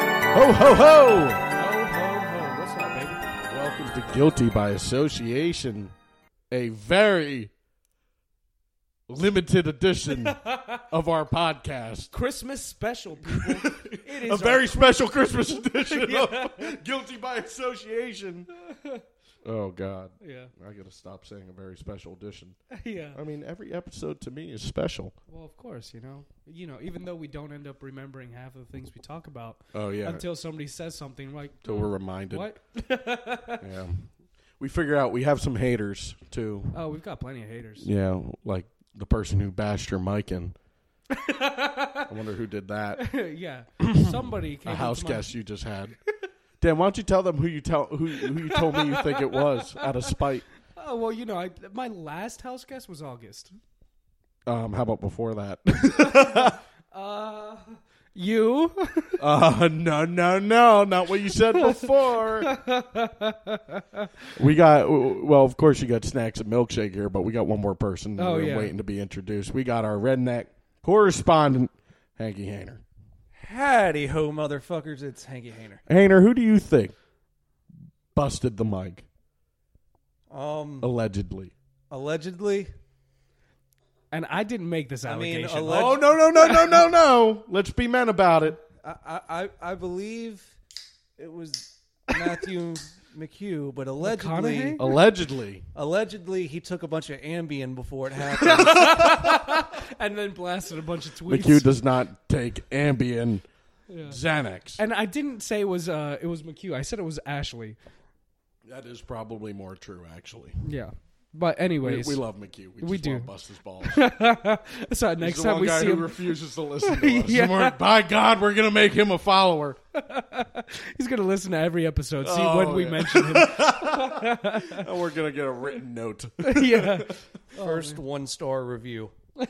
ho, ho! Ho, ho, ho. What's up, baby? Welcome to Guilty by Association, a very limited edition of our podcast. Christmas special, people. It is A our- very special Christmas edition of Guilty by Association. Oh, God. yeah, I got to stop saying a very special edition. yeah. I mean, every episode to me is special. Well, of course, you know, you know. Even though we don't end up remembering half of the things we talk about Oh, yeah. Until, until somebody says something, we're like, "Hmm, we're reminded. what? Yeah. We figure out we have some haters, too. Oh, we've got plenty of haters. Yeah, like the person who bashed your mic in. I wonder who did that. yeah, somebody came A up house to my- guest you just had. Dan, why don't you tell them who you tell who who you told me you think it was out of spite? Oh well, you know, I, my last house guest was August. Um, how about before that? Uh, you. Uh, no, no, no, not what you said before. we got well, of course you got snacks and milkshake here, but we got one more person Oh, we're yeah. waiting to be introduced. We got our redneck correspondent, Hanky Hainer. Howdy ho, motherfuckers! It's Hanky Hainer. Hainer, who do you think busted the mic Um, allegedly? allegedly, and I didn't make this I mean, allegation. alleg- Oh no no no no no no! Let's be men about it. I, I, I- I believe it was Matthew McHugh, but allegedly, McConaughey? Allegedly, allegedly he took a bunch of Ambien before it Oh, happened. and then blasted a bunch of tweets. McHugh does not take Ambien, Yeah. Xanax. And I didn't say it was uh, it was McHugh. I said it was Ashley. That is probably more true, actually. Yeah. But We, anyways, we love McHugh. We, just We do. wanna bust his balls. so next He's the time one we guy see who him, refuses to listen to us. Yeah. And we're- by God, we're gonna make him a follower. he's gonna listen to every episode. See Oh, when we yeah. mention him. And we're gonna get a written note. yeah. First one star review.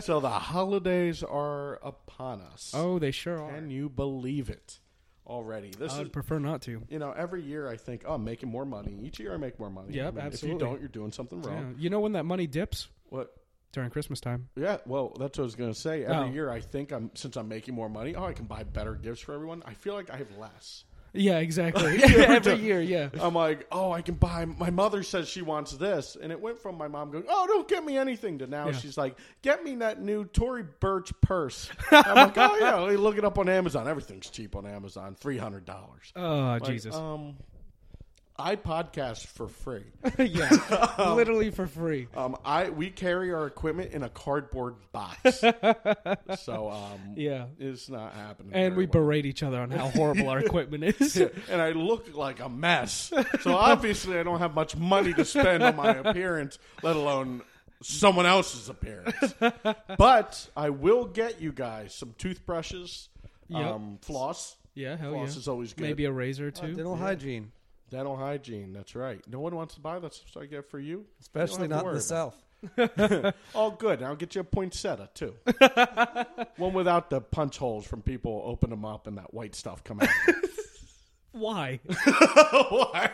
so the holidays are upon us. Oh, they sure are. Can you believe it? Already, this I is would prefer not to. you know, every year I think, oh, I'm making more money. Each year I make more money. Yep, I mean, If absolutely. you don't, you're doing something Yeah. wrong. You know when that money dips What? during Christmas time? Yeah, well, that's what I was gonna say. Every Oh. year I think I'm since I'm making more money. Oh, I can buy better gifts for everyone. I feel like I have less. Yeah, exactly. Every year, yeah. I'm like, oh, I can buy. My mother says she wants this, and it went from my mom going, oh, don't get me anything, to now Yeah. she's like, get me that new Tory Burch purse. I'm like, oh yeah, let me look it up on Amazon. Everything's cheap on Amazon, three hundred dollars. Oh Jesus. Um, I podcast for free. yeah. Literally for free. Um, I we carry our equipment in a cardboard box, so um, Yeah. it's not happening. And very we well. berate each other on how horrible our equipment is. and I look like a mess. So obviously, I don't have much money to spend on my appearance, let alone someone else's appearance. But I will get you guys some toothbrushes, Yep. um, floss. Yeah, hell floss yeah. is always good. Maybe a razor too. Dental hygiene, dental hygiene. That's right. No one wants to buy that stuff. I get for you, especially You don't have not to in the worry about South. Oh, good. I'll get you a poinsettia too. One without the punch holes from people open them up and that white stuff come out. Why? Why?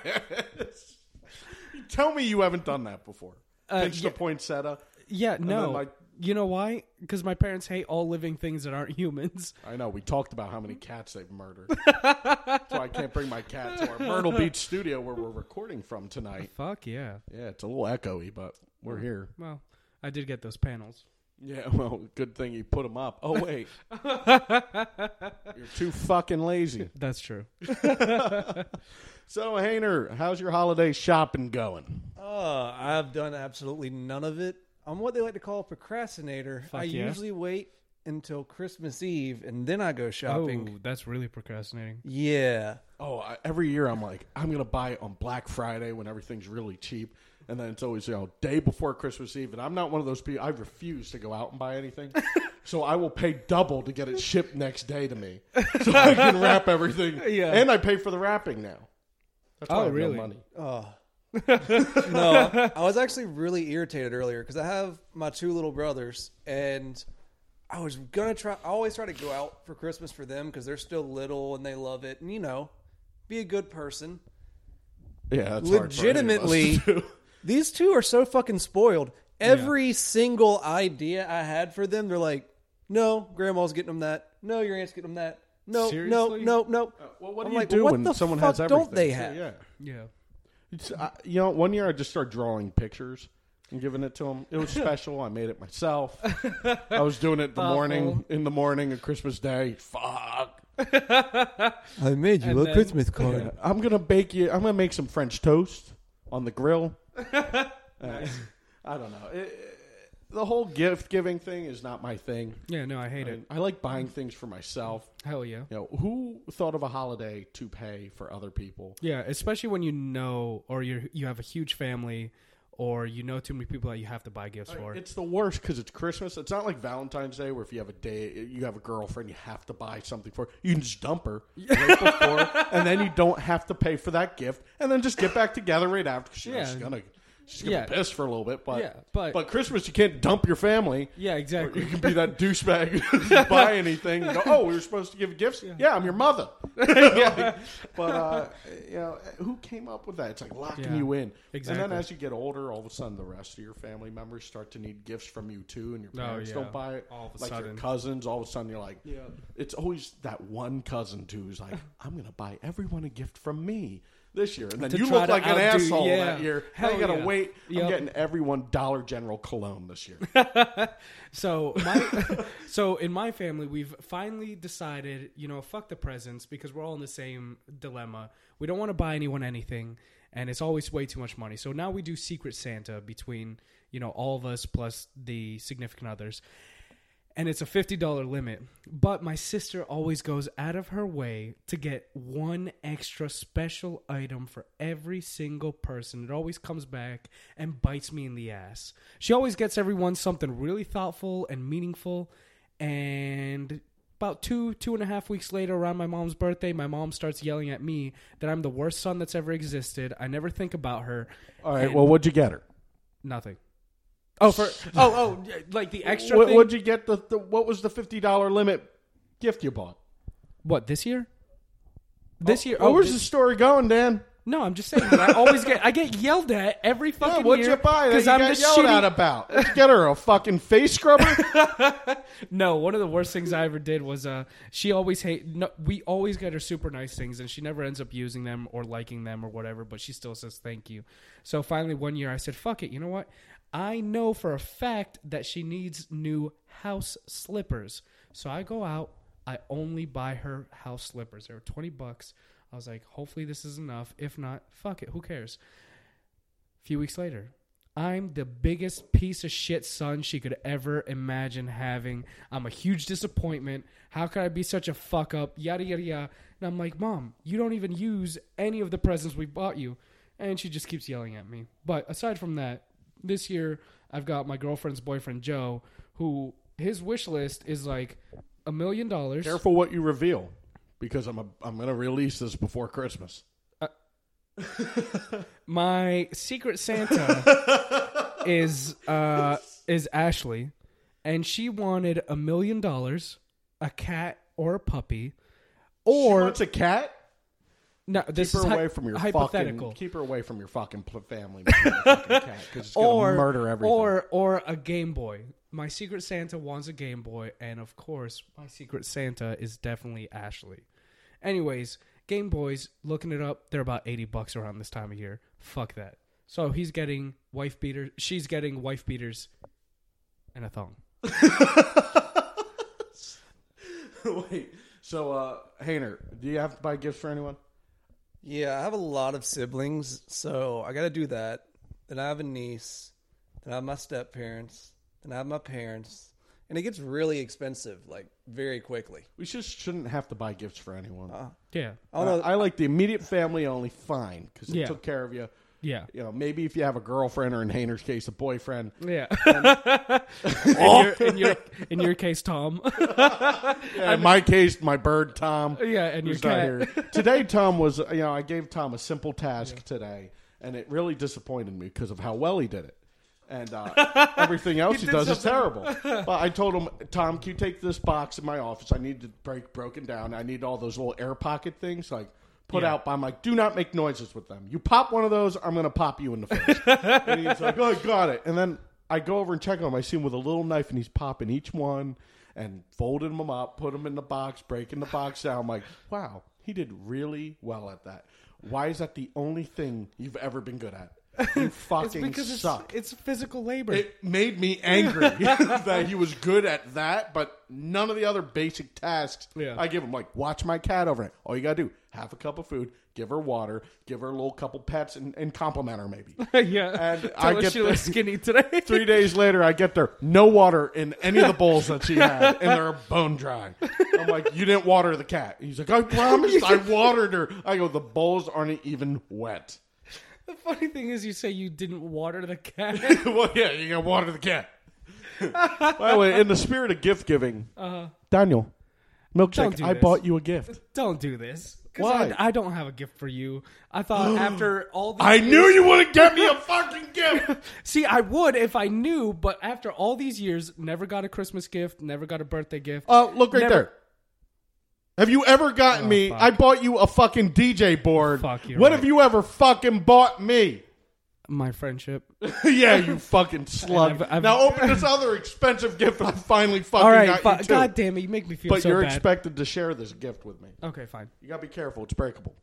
Tell me you haven't done that before. Uh, Pinch yeah. the poinsettia. Yeah, no. then, like- you know why? Because my parents hate all living things that aren't humans. I know we talked about how many cats they've murdered. so I can't bring my cat to our Myrtle Beach studio where we're recording from tonight. Fuck yeah. Yeah, it's a little echoey, but we're here. Well, I did get those panels. Yeah, well, good thing you put them up. Oh wait, you're too fucking lazy. That's true. So Hainer, how's your holiday shopping going? Uh, I've done absolutely none of it. I'm what they like to call a procrastinator. I yeah. usually wait until Christmas Eve and then I go shopping. Oh, that's really procrastinating. Yeah. Oh, I, every year I'm like, I'm gonna buy it on Black Friday when everything's really cheap, and then it's always you know day before Christmas Eve, and I'm not one of those people. I refuse to go out and buy anything, so I will pay double to get it shipped next day to me, so I can wrap everything. Yeah. and I pay for the wrapping now. That's why Oh, I have no really? money. no, I was actually really irritated earlier because I have my two little brothers, and I was gonna try. I always try to go out for Christmas for them because they're still little and they love it, and you know, be a good person. Yeah, that's hard for any of us Legitimately, to do. these two are so fucking spoiled. Every single idea I had for them, they're like, "No, grandma's getting them that. No, your aunt's getting them that. No, no, Seriously? no, no. Uh, well, what do I'm you like, do what when the someone fuck has everything? don't they Yeah, have? Yeah. Yeah. It's, I, you know, one year I just started drawing pictures and giving it to them. It was special. I made it myself. I was doing it the morning, in the morning of Christmas Day. Fuck. I made you And a then- Christmas card. I'm gonna bake you. I'm gonna make some French toast on the grill. Uh, I don't know. It- it- the whole gift giving thing is not my thing. Yeah, no, I hate I, it. I like buying things for myself. Hell Uh, yeah. You know, who thought of a holiday to pay for other people? Yeah, especially when you know or you you have a huge family or you know too many people that you have to buy gifts for. It's the worst because it's Christmas. It's not like Valentine's Day where if you have a day, you have a girlfriend, you have to buy something for. her. You can just dump her right before, and then you don't have to pay for that gift, and then just get back together right after. 'cause, you know, Yeah. she's gonna she's gonna Yeah. piss for a little bit, but Yeah, but- but Christmas you can't dump your family. yeah, Or exactly. You can be that douchebag who doesn't buy anything. And go, oh, we were supposed to give gifts. Yeah, I'm your mother. Like, but uh, you know, who came up with that? It's like locking Yeah, you in. And exactly. then as you get older, all of a sudden the rest of your family members start to need gifts from you too, and your Oh, parents yeah. don't buy it. All of a like your sudden. cousins, all of a sudden you're like, it's always that one cousin too who's like, I'm gonna buy everyone a gift from me. This year, and then To you try look to like an outdo- asshole yeah. that year. Now Hell you gotta yeah. wait. I'm Yep. getting everyone Dollar General cologne this year. So my so in my family we've finally decided, you know, fuck the presents because we're all in the same dilemma. We don't want to buy anyone anything and it's always way too much money. So now we do secret Santa between, you know, all of us plus the significant others. And it's a $50 limit. But my sister always goes out of her way to get one extra special item for every single person. It always comes back and bites me in the ass. She always gets everyone something really thoughtful and meaningful. And about two, two and a half weeks later, around my mom's birthday, my mom starts yelling at me that I'm the worst son that's ever existed. I never think about her. All right. And- Well, what'd you get her? Nothing. Oh, for oh oh, like the extra Uh, What, thing. what'd you get? The, the what was the fifty dollar limit gift you bought? What this year? This year? Oh, where's this- the story going, Dan? no, I'm just saying. that I always get I get yelled at every fucking Yeah, what'd year you buy? Because I'm got the yelled shitty. at about. What'd you get her a fucking face scrubber. no, one of the worst things I ever did was uh, she always hate. No, we always get her super nice things, and she never ends up using them or liking them or whatever. But she still says thank you. So finally, one year I said, "Fuck it, you know what? I know for a fact that she needs new house slippers." So I go out. I only buy her house slippers. They were twenty bucks. I was like, hopefully this is enough. If not, fuck it. Who cares? few weeks later. I'm the biggest piece of shit son she could ever imagine having. I'm a huge disappointment. How could I be such a fuck up? Yada, yada, yada. And I'm like, Mom, you don't even use any of the presents we bought you. And she just keeps yelling at me. But aside from that, this year I've got my girlfriend's boyfriend, Joe, who his wish list is like a million dollars. Careful what you reveal, because I'm a, I'm gonna release this before Christmas. My secret Santa is uh, is Ashley, and she wanted a million dollars, a cat or a puppy, Or or it's a cat. no. This Keep is her hy- away from your hypothetical. Fucking, keep her away from your fucking pl- family. Because it's gonna or murder everything. or or a Game Boy. My secret Santa wants a Game Boy, and of course, my secret Santa is definitely Ashley. Anyways, Game Boys, looking it up, they're about eighty bucks around this time of year. Fuck that. So he's getting wife beater. She's getting wife beaters, and a thong. wait. So, uh, Hayner, do you have to buy gifts for anyone? Yeah, I have a lot of siblings, so I got to do that. Then I have a niece. Then I have my step parents. Then I have my parents, and it gets really expensive, like very quickly. We just shouldn't have to buy gifts for anyone. Yeah, I Uh, don't know. I like the immediate family only fine because it Yeah. took care of you. yeah, You know, maybe if you have a girlfriend or in Hayner's case a boyfriend, yeah. Um, in, your, in your in your case, Tom. Yeah, in my case my bird Tom. yeah, and your who's not cat. here. today Tom was you know I gave Tom a simple task today and it really disappointed me because of how well he did it. And uh, everything else he, does is terrible. But I told him, Tom, can you take this box in my office? I need to break broken down. I need all those little air pocket things like put Yeah. out. By, I'm like, do not make noises with them. You pop one of those, I'm gonna pop you in the face. and he's like, oh, I got it. And then I go over and check on him. I see him with a little knife and he's popping each one. and folded them up, put them in the box, breaking the box down. I'm like, wow, he did really well at that. Why is that the only thing you've ever been good at? You It's fucking because it's, suck. it's physical labor. It made me angry that he was good at that, but none of the other basic tasks Yeah. I give him. Like, watch my cat overnight. All you got to do, have a cup of food, give her water, give her a little couple pets, and, and compliment her maybe. yeah. And Tell I her get she the- looks skinny today. Three days later, I get there, no water in any of the bowls that she had, and they're bone dry. I'm like, you didn't water the cat. He's like, I promised I watered her. I go, the bowls aren't even wet. The funny thing is, you say you didn't water the cat. well, yeah, you gotta water the cat. By the way, in the spirit of gift giving, Daniel, Uh-huh. Don't milkshake, do I this. bought you a gift. don't do this. 'Cause Why? I, I don't have a gift for you. I thought after all these I knew you wouldn't get me a fucking gift. See, I would if I knew, but after all these years, never got a Christmas gift, never got a birthday gift. Oh, look right Never- Oh, there. Have you ever gotten me? fuck. I bought you a fucking DJ board. Fuck, you're what right. have you ever fucking bought me? My friendship. yeah, you fucking slug. I've- I've- now open this other expensive gift I finally fucking all right, got fi- you too. God damn it, you make me feel but so you're bad. expected to share this gift with me. okay, fine. You gotta be careful; it's breakable.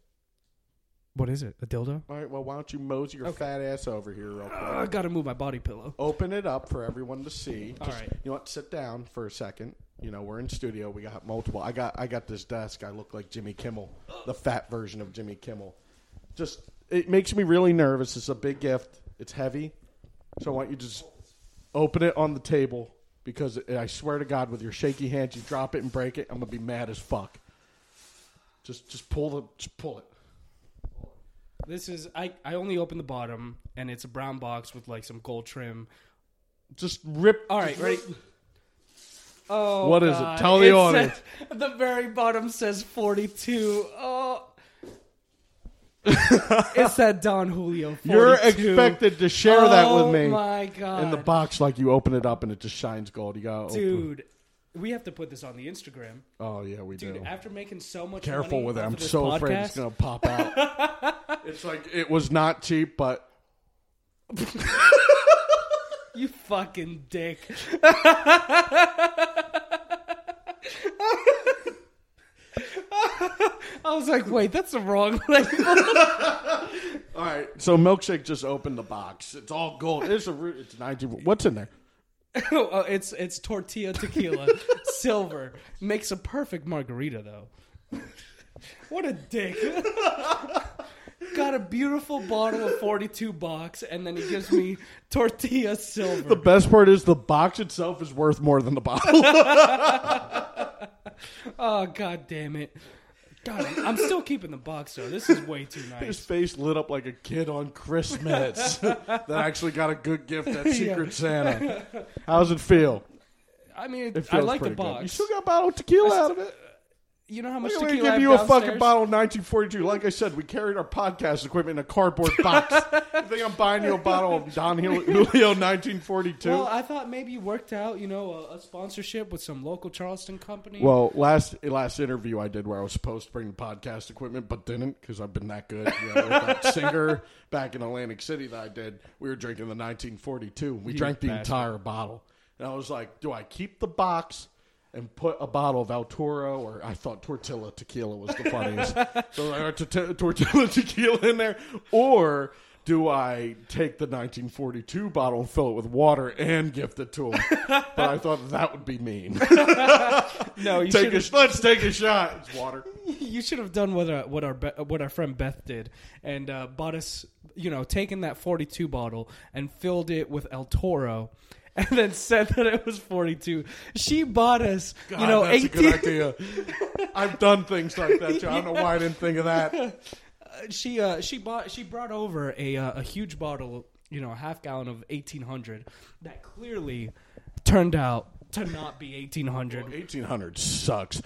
What is it? A dildo? All right, well, why don't you mosey your fat ass over here real quick? I gotta move my body pillow. Open it up for everyone to see. All Just- right. You know what? Sit down for a second. You know, we're in studio. We got multiple. I got I got this desk. I look like Jimmy Kimmel, the fat version of Jimmy Kimmel. Just it makes me really nervous. It's a big gift. It's heavy. So I want you to just open it on the table because I swear to God, with your shaky hands, you drop it and break it. I'm gonna be mad as fuck. Just just pull the just pull it. This is I. I only opened the bottom, and it's a brown box with like some gold trim. Just rip. All right, ready? Oh, What is it? God. Tell the It audience. says- the very bottom says forty-two. Oh. it's that Don Julio. 42. You're expected to share that with me Oh my god! in the box, like you open it up and it just shines gold. You got Open. dude. We have to put this on the Instagram, Oh yeah, we dude. do. After making so much, Careful money with it. off I'm of this so afraid it's podcast- gonna pop out. it's like it was not cheap, but You fucking dick. I was like, wait, that's the wrong label. all right. So milkshake just opened the box. It's all gold. It's a. re- It's ninety. What's in there? oh, it's it's tortilla tequila, silver. Makes a perfect margarita though. what a dick. Got a beautiful bottle of 42 box and then he gives me tortilla silver. The best part is the box itself is worth more than the bottle. Oh god damn it. God, I'm, I'm still keeping the box though. This is way too nice. His face lit up like a kid on Christmas that actually got a good gift at Secret Santa. How's it feel? I mean, It I feels like the pretty good. You box. still got a bottle of tequila out of it. You know how much Look at me tequila I give have you a fucking downstairs? bottle of 1942. Like I said, we carried our podcast equipment in a cardboard box. you think I'm buying you a bottle of Don Hul- Julio 1942? Well, Well, I thought maybe you worked out, you know, a, a sponsorship with some local Charleston company. last last interview I did where I was supposed to bring the podcast equipment, but didn't because I've been that good. You know, with that singer back in Atlantic City that I did, we were drinking the 1942. We drank the bastard. entire bottle, and I was like, "Do I keep the box?" And put a bottle of El Toro, or I thought Tortilla Tequila was the funniest. so I got to- Tortilla Tequila in there, or do I take the 1942 bottle and fill it with water and gift it to him? but I thought that would be mean. no, you take should a, sh- let's take a shot. It's water. you should have done what our, what our Be- uh, what our friend Beth did and uh, bought us, you know, taken that 42 bottle and filled it with El Toro. And then said that it was forty-two. She bought us, God, you know, that's eighteen. a good idea. I've done things like that. Too. I don't know why I didn't think of that. she uh, she bought she brought over a uh, a huge bottle, you know, a half gallon of eighteen hundred that clearly turned out to not be eighteen hundred. 1800 sucks.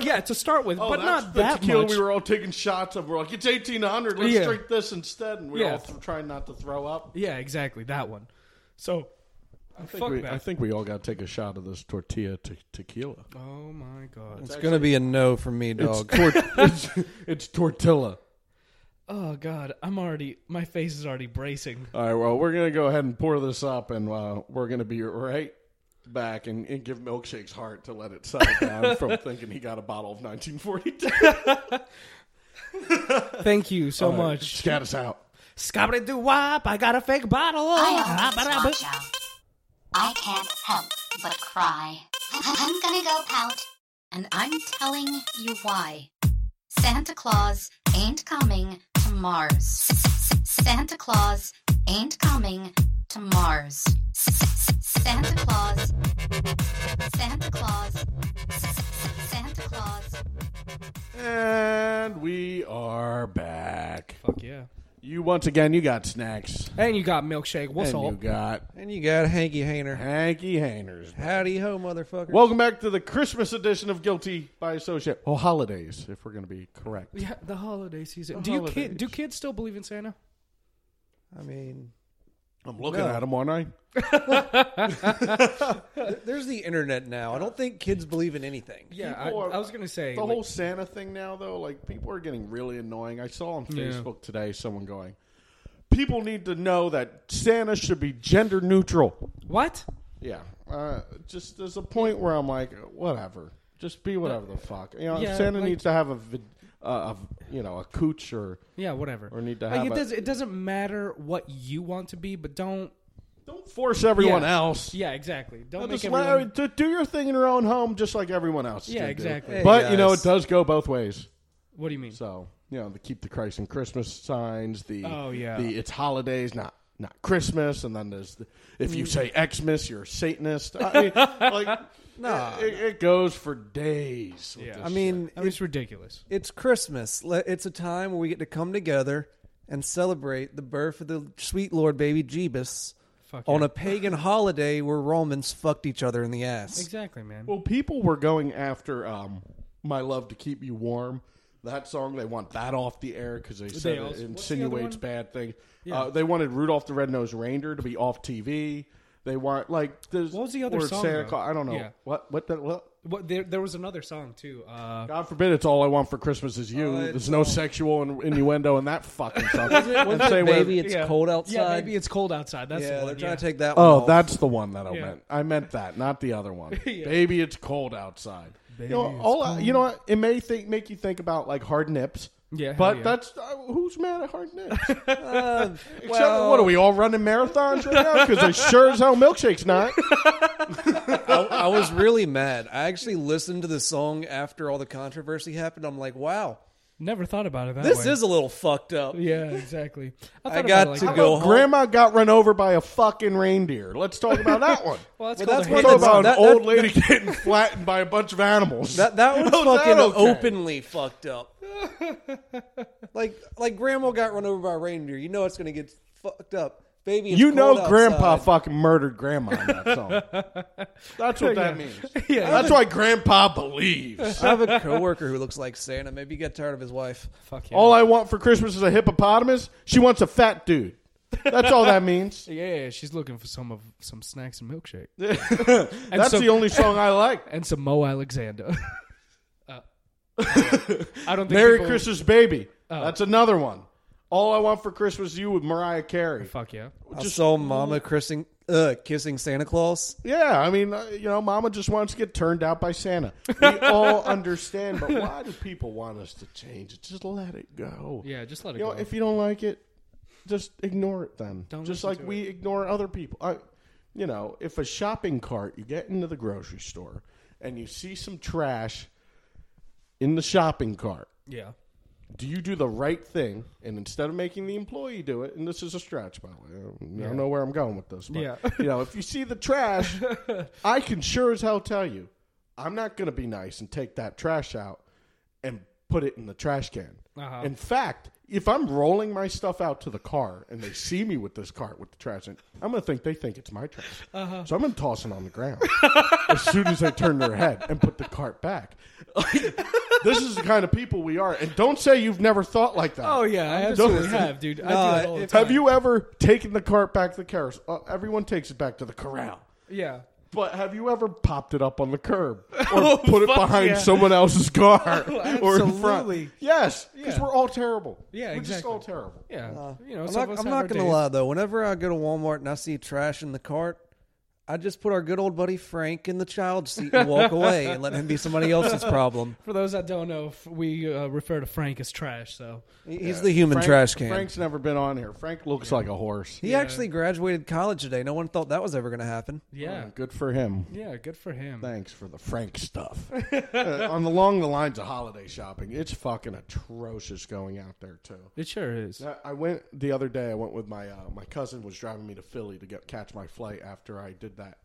yeah, to start with, Oh, but that's not the that tequila much. we were all taking shots of. We're like, it's 1800. Let's Yeah. drink this instead. And we Yeah. all th- trying not to throw up. yeah, exactly that one. So, I I think think, fuck we, that. I think we all got to take a shot of this tortilla te- tequila. oh my god. It's gonna be a no from me, It's, dog. tor- it's, it's tortilla. Oh god, I'm already my face is already bracing. All right, well, we're going to go ahead and pour this up, and uh, we're going to be right back and, and give Milkshake's heart to let it settle down from thinking he got a bottle of 1942. Thank you so All right, much. Scat us out. Scabbity doo wop, I got a fake bottle. I ah, always watch out. Oh. I can't help but cry. I'm gonna go pout, and I'm telling you why. Santa Claus ain't coming to Mars. S- S- Santa Claus ain't coming to Mars. S- S- Santa Claus. Santa Claus. S- S- Santa Claus. And we are back. Fuck yeah. You once again, you got snacks. And you got milkshake. What's and up? you got And you got Hanky Hainer. hanky hangers. Howdy ho, motherfucker. Welcome back to the Christmas edition of Guilty by Associate. Oh, holidays, if we're going to be correct. yeah, the holiday season. The do you holidays. kid, do kids still believe in Santa? I mean, I'm looking No. at them, aren't I? th- there's the internet now. I don't think kids believe in anything. Yeah, I, People are- I was gonna say The like- whole Santa thing now, though, like people are getting really annoying. I saw on Yeah. Facebook today someone going, "People need to know that Santa should be gender neutral." what? Yeah, uh, just there's a point where I'm like, whatever, just be whatever the fuck. You know, Yeah, if Santa like- needs to have a, vid- uh, a, you know, a cooch or Yeah, whatever. or need to like have it a- does. It doesn't matter what you want to be, but don't. don't force everyone Yeah. else. Yeah, exactly. Don't Just make let- everyone. to do your thing in your own home, just like everyone else. is Yeah, gonna do. exactly. Hey, But you know, guys. it does go both ways. What do you mean? So you know, the keep the Christ and Christmas signs. The Oh, yeah. the it's holidays, not not Christmas. And then there's the, if you say Xmas, you're a Satanist. I mean, like no, it, it goes for days. with Yeah. this I mean, I mean, it's ridiculous. it's Christmas. Le- It's a time where we get to come together and celebrate the birth of the sweet Lord baby Jeebus Fuck on yeah. a pagan holiday where Romans fucked each other in the ass. Exactly, man. Well, people were going after um, "My Love to Keep You Warm." That song, they want that off the air because they said also- it what's the other insinuates one? bad things. Uh, they wanted Rudolph the Red-Nosed Reindeer to be off TV. They want like there's, What was the other or song, Santa though? Claus. I don't know Yeah. what what the what. What, there, there was another song too. Uh, God forbid it's all I want for Christmas is you. Oh, it's There's no sexual in- innuendo in that fucking song. And say where- Baby, it's yeah. cold outside. Yeah, maybe it's cold outside. That's yeah, the they're one. trying yeah. to take that. one Oh, off. that's the one that I Yeah. meant. I meant that, not the other one. Yeah. Baby, it's cold outside. you know, Baby, it's all I- you know, what? it may think make you think about like hard nips. Yeah, hell but yeah. that's uh, who's mad at hard nips. Except, Uh, what are we all running marathons right now? Because they sure as hell milkshake's not. I, I was really mad. I actually listened to the song after all the controversy happened. I'm like, wow, Never thought about it that this way. is a little fucked up. Yeah, exactly. I, thought about got it like to that. go- home. Grandma got run over by a fucking reindeer. Let's talk about that one. Well, that's called Well, a hit. that's one Talk that's- about that- an old that- lady getting flattened by a bunch of animals. That that was How's Oh, that fucking okay? openly fucked up. like like grandma got run over by a reindeer. You know it's gonna get fucked up, baby. It's You cold know, outside. Grandpa fucking murdered Grandma in that song. That's what that means. Yeah. that's why Grandpa believes. I have a coworker who looks like Santa. Maybe he got tired of his wife. Fuck yeah. All I want for Christmas is a hippopotamus. She wants a fat dude. That's all that means. yeah, yeah, she's looking for some of some snacks and milkshake And That's so- the only song I like. and some Mo Alexander. Uh, I don't think Merry people- Christmas, baby. Oh. That's another one. All I want for Christmas is you with Mariah Carey. Fuck yeah. I saw Mama kissing uh, kissing Santa Claus. Yeah, I mean, uh, you know, Mama just wants to get turned out by Santa. We all understand, but why do people want us to change it? Just let it go. Yeah, just let it you know, go. if you don't like it, just ignore it then. Don't just listen like to we ignore other people. I, you know, if a shopping cart, you get into the grocery store and you see some trash in the shopping cart, yeah. do you do the right thing? And instead of making the employee do it, and this is a stretch, by the way, I don't, I don't know where I'm going with this, but Yeah. you know, if you see the trash, I can sure as hell tell you, I'm not going to be nice and take that trash out and put it in the trash can. Uh-huh. In fact, if I'm rolling my stuff out to the car and they see me with this cart with the trash in, it, I'm going to think they think it's my trash. Uh-huh. So I'm going to toss it on the ground as soon as they turn their head and put the cart back. Like, this is the kind of people we are. And don't say you've never thought like that. Oh yeah, I absolutely have, dude. I do Nah, that all the if- time. Have you ever taken the cart back to the carousel? Uh, everyone takes it back to the corral. Yeah. But have you ever popped it up on the curb or put it behind Oh, yeah. Oh, someone else's car or in absolutely. front? Yes, because Yeah. we're all terrible. Yeah, we're just exactly. all terrible. Yeah. you know, some of I'm not, us I'm have not our gonna days. lie though. Whenever I go to Walmart and I see trash in the cart, I just put our good old buddy Frank in the child seat and walk away and let him be somebody else's problem. For those that don't know, f- we uh, refer to Frank as trash. So He- He's the human Frank- trash can. Frank's never been on here. Frank looks like a horse. he actually graduated college today. No one thought that was ever going to happen. yeah, Uh, good for him. yeah, good for him. Thanks for the Frank stuff. Uh, on along the lines of holiday shopping, it's fucking atrocious going out there too. It sure is. I- I went the other day. I went with my uh, my cousin was driving me to Philly to get catch my flight after I did that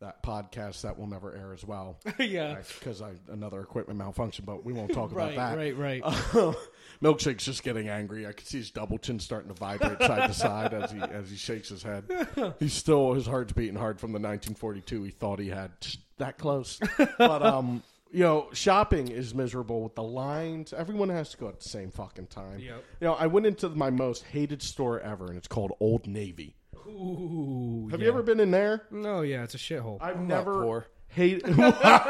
that podcast that will never air as well. Yeah. because I another equipment malfunction, but we won't talk Right, about that. right, right. Uh, Milkshake's just getting angry. I can see his double chin starting to vibrate side to side as he as he shakes his head. He's still his heart's beating hard from the 1942 he thought he had that close. But um, you know, shopping is miserable with the lines. Everyone has to go at the same fucking time. Yep. You know, I went into my most hated store ever, and it's called Old Navy. Ooh, Have yeah. you ever been in there? No, yeah, it's a shithole. I've not never poor. hated.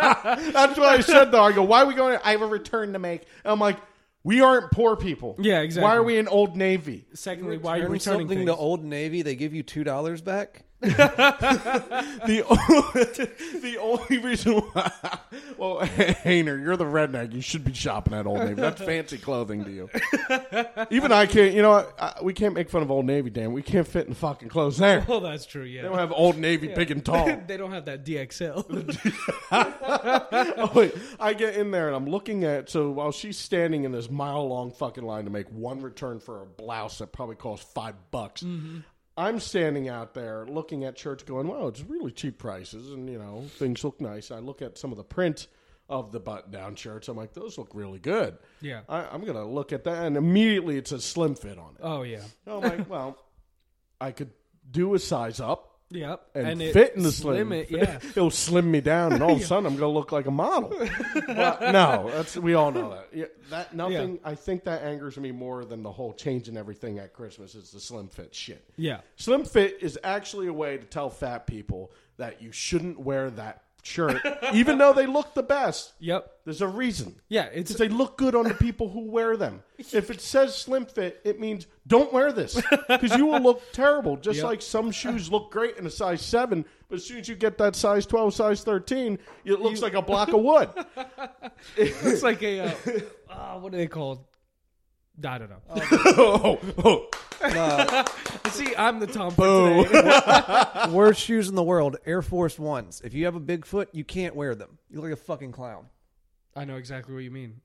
That's what I said though. I go, why are we going? I have a return to make. And I'm like, we aren't poor people. Yeah, exactly. Why are we in Old Navy? Secondly, why are you Turn returning something things? to Old Navy, they give you two dollars back. The o- the only reason why. Well, Hayner, you're the redneck. You should be shopping at Old Navy. That's fancy clothing to you. Even I can't. You know, what? I, we can't make fun of Old Navy, Dan. We can't fit in fucking clothes there. oh, that's true. They Yeah, don't have Old Navy big and tall. they don't have that DXL. Oh, wait. I get in there and I'm looking at so while she's standing in this mile long fucking line to make one return for a blouse that probably costs five bucks. I'm standing out there looking at shirts, going, "Wow, it's really cheap prices, and you know things look nice." I look at some of the print of the button down shirts. I'm like, "Those look really good." Yeah. I, I'm gonna look at that, and immediately it says slim fit on it. oh yeah, So I'm like, "Well, I could do a size up." yep. and, it fit in the slim. it, yeah. It'll slim me down, and all of a sudden I'm going to look like a model. But no, that's we all know that. Yeah, that nothing. I think that angers me more than the whole changing everything at Christmas is the slim fit shit. Yeah. Slim fit is actually a way to tell fat people that you shouldn't wear that shirt, even though they look the best. Yep. There's a reason. Yeah, it's- because they look good on the people who wear them. If it says slim fit, it means don't wear this because you will look terrible. Just Yep. like some shoes look great in a size seven, but as soon as you get that size twelve, size thirteen, it looks like a block of wood. It's like a uh, uh, what are they called? I don't know. oh, oh. See, I'm the Tom for today. Worst shoes in the world, Air Force Ones. If you have a big foot, you can't wear them. You look like a fucking clown. I know exactly what you mean.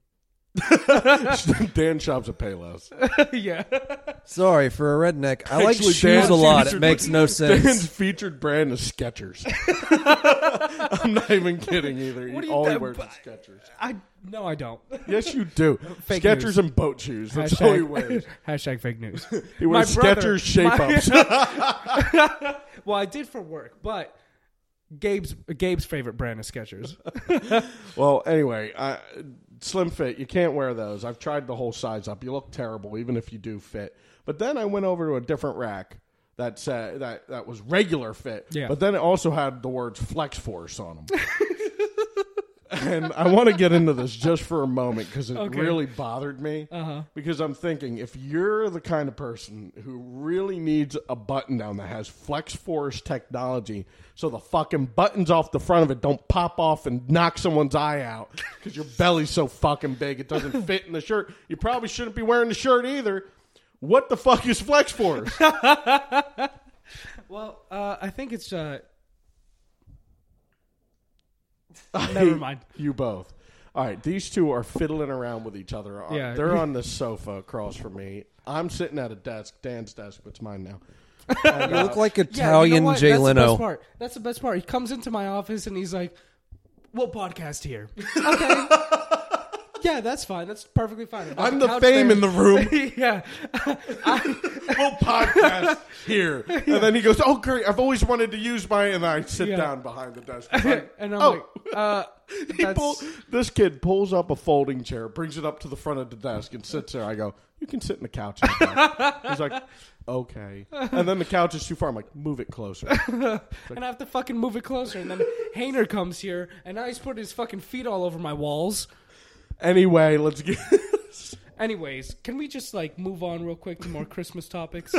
Dan shops at Payless. yeah. Sorry for a redneck. I like Actually, shoes Dan's a lot. It featured- makes no Dan's sense. featured brand is Skechers. I'm not even kidding either. What do he you only th- wears is but- Skechers. I no, I don't. Yes, you do. Fake Skechers news. and boat shoes. That's all he wears. hashtag fake news. He wears My brother- Skechers shape my- ups. well, I did for work, but Gabe's Gabe's favorite brand is Skechers. Well, anyway, I, slim fit. You can't wear those. I've tried the whole size up. You look terrible, even if you do fit. But then I went over to a different rack that said that that was regular fit. Yeah. But then it also had the words Flex Force on them. and I want to get into this just for a moment because it Okay. really bothered me. Uh-huh. Because I'm thinking if you're the kind of person who really needs a button down that has flex force technology, so the fucking buttons off the front of it don't pop off and knock someone's eye out because your belly's so fucking big it doesn't fit in the shirt, you probably shouldn't be wearing the shirt either. What the fuck is flex force? well, uh, I think it's uh, never mind. You both. All right, these two are fiddling around with each other. Uh, Yeah. They're on the sofa across from me. I'm sitting at a desk, Dan's desk, but it's mine now. And, You uh, look like Yeah, you know Italian what? Jay That's The best Leno. part. That's the best part. He comes into my office and he's like, "We'll podcast here." Okay. yeah, that's fine. That's perfectly fine. I'm the fame in the room. yeah. We'll podcast here. And then he goes, Oh, great. I've always wanted to use my. And I sit Yeah. down behind the desk. I'm like, And I'm "Oh." like, uh, He that's- pull- this kid pulls up a folding chair, brings it up to the front of the desk, and sits there. I go, You can sit in the couch. in the back." He's like, Okay. And then the couch is too far. I'm like, Move it closer. and I have to fucking move it closer. And then Hayner comes here, and now he's putting his fucking feet all over my walls. Anyway, let's get. Anyways, can we just like move on real quick to more Christmas topics?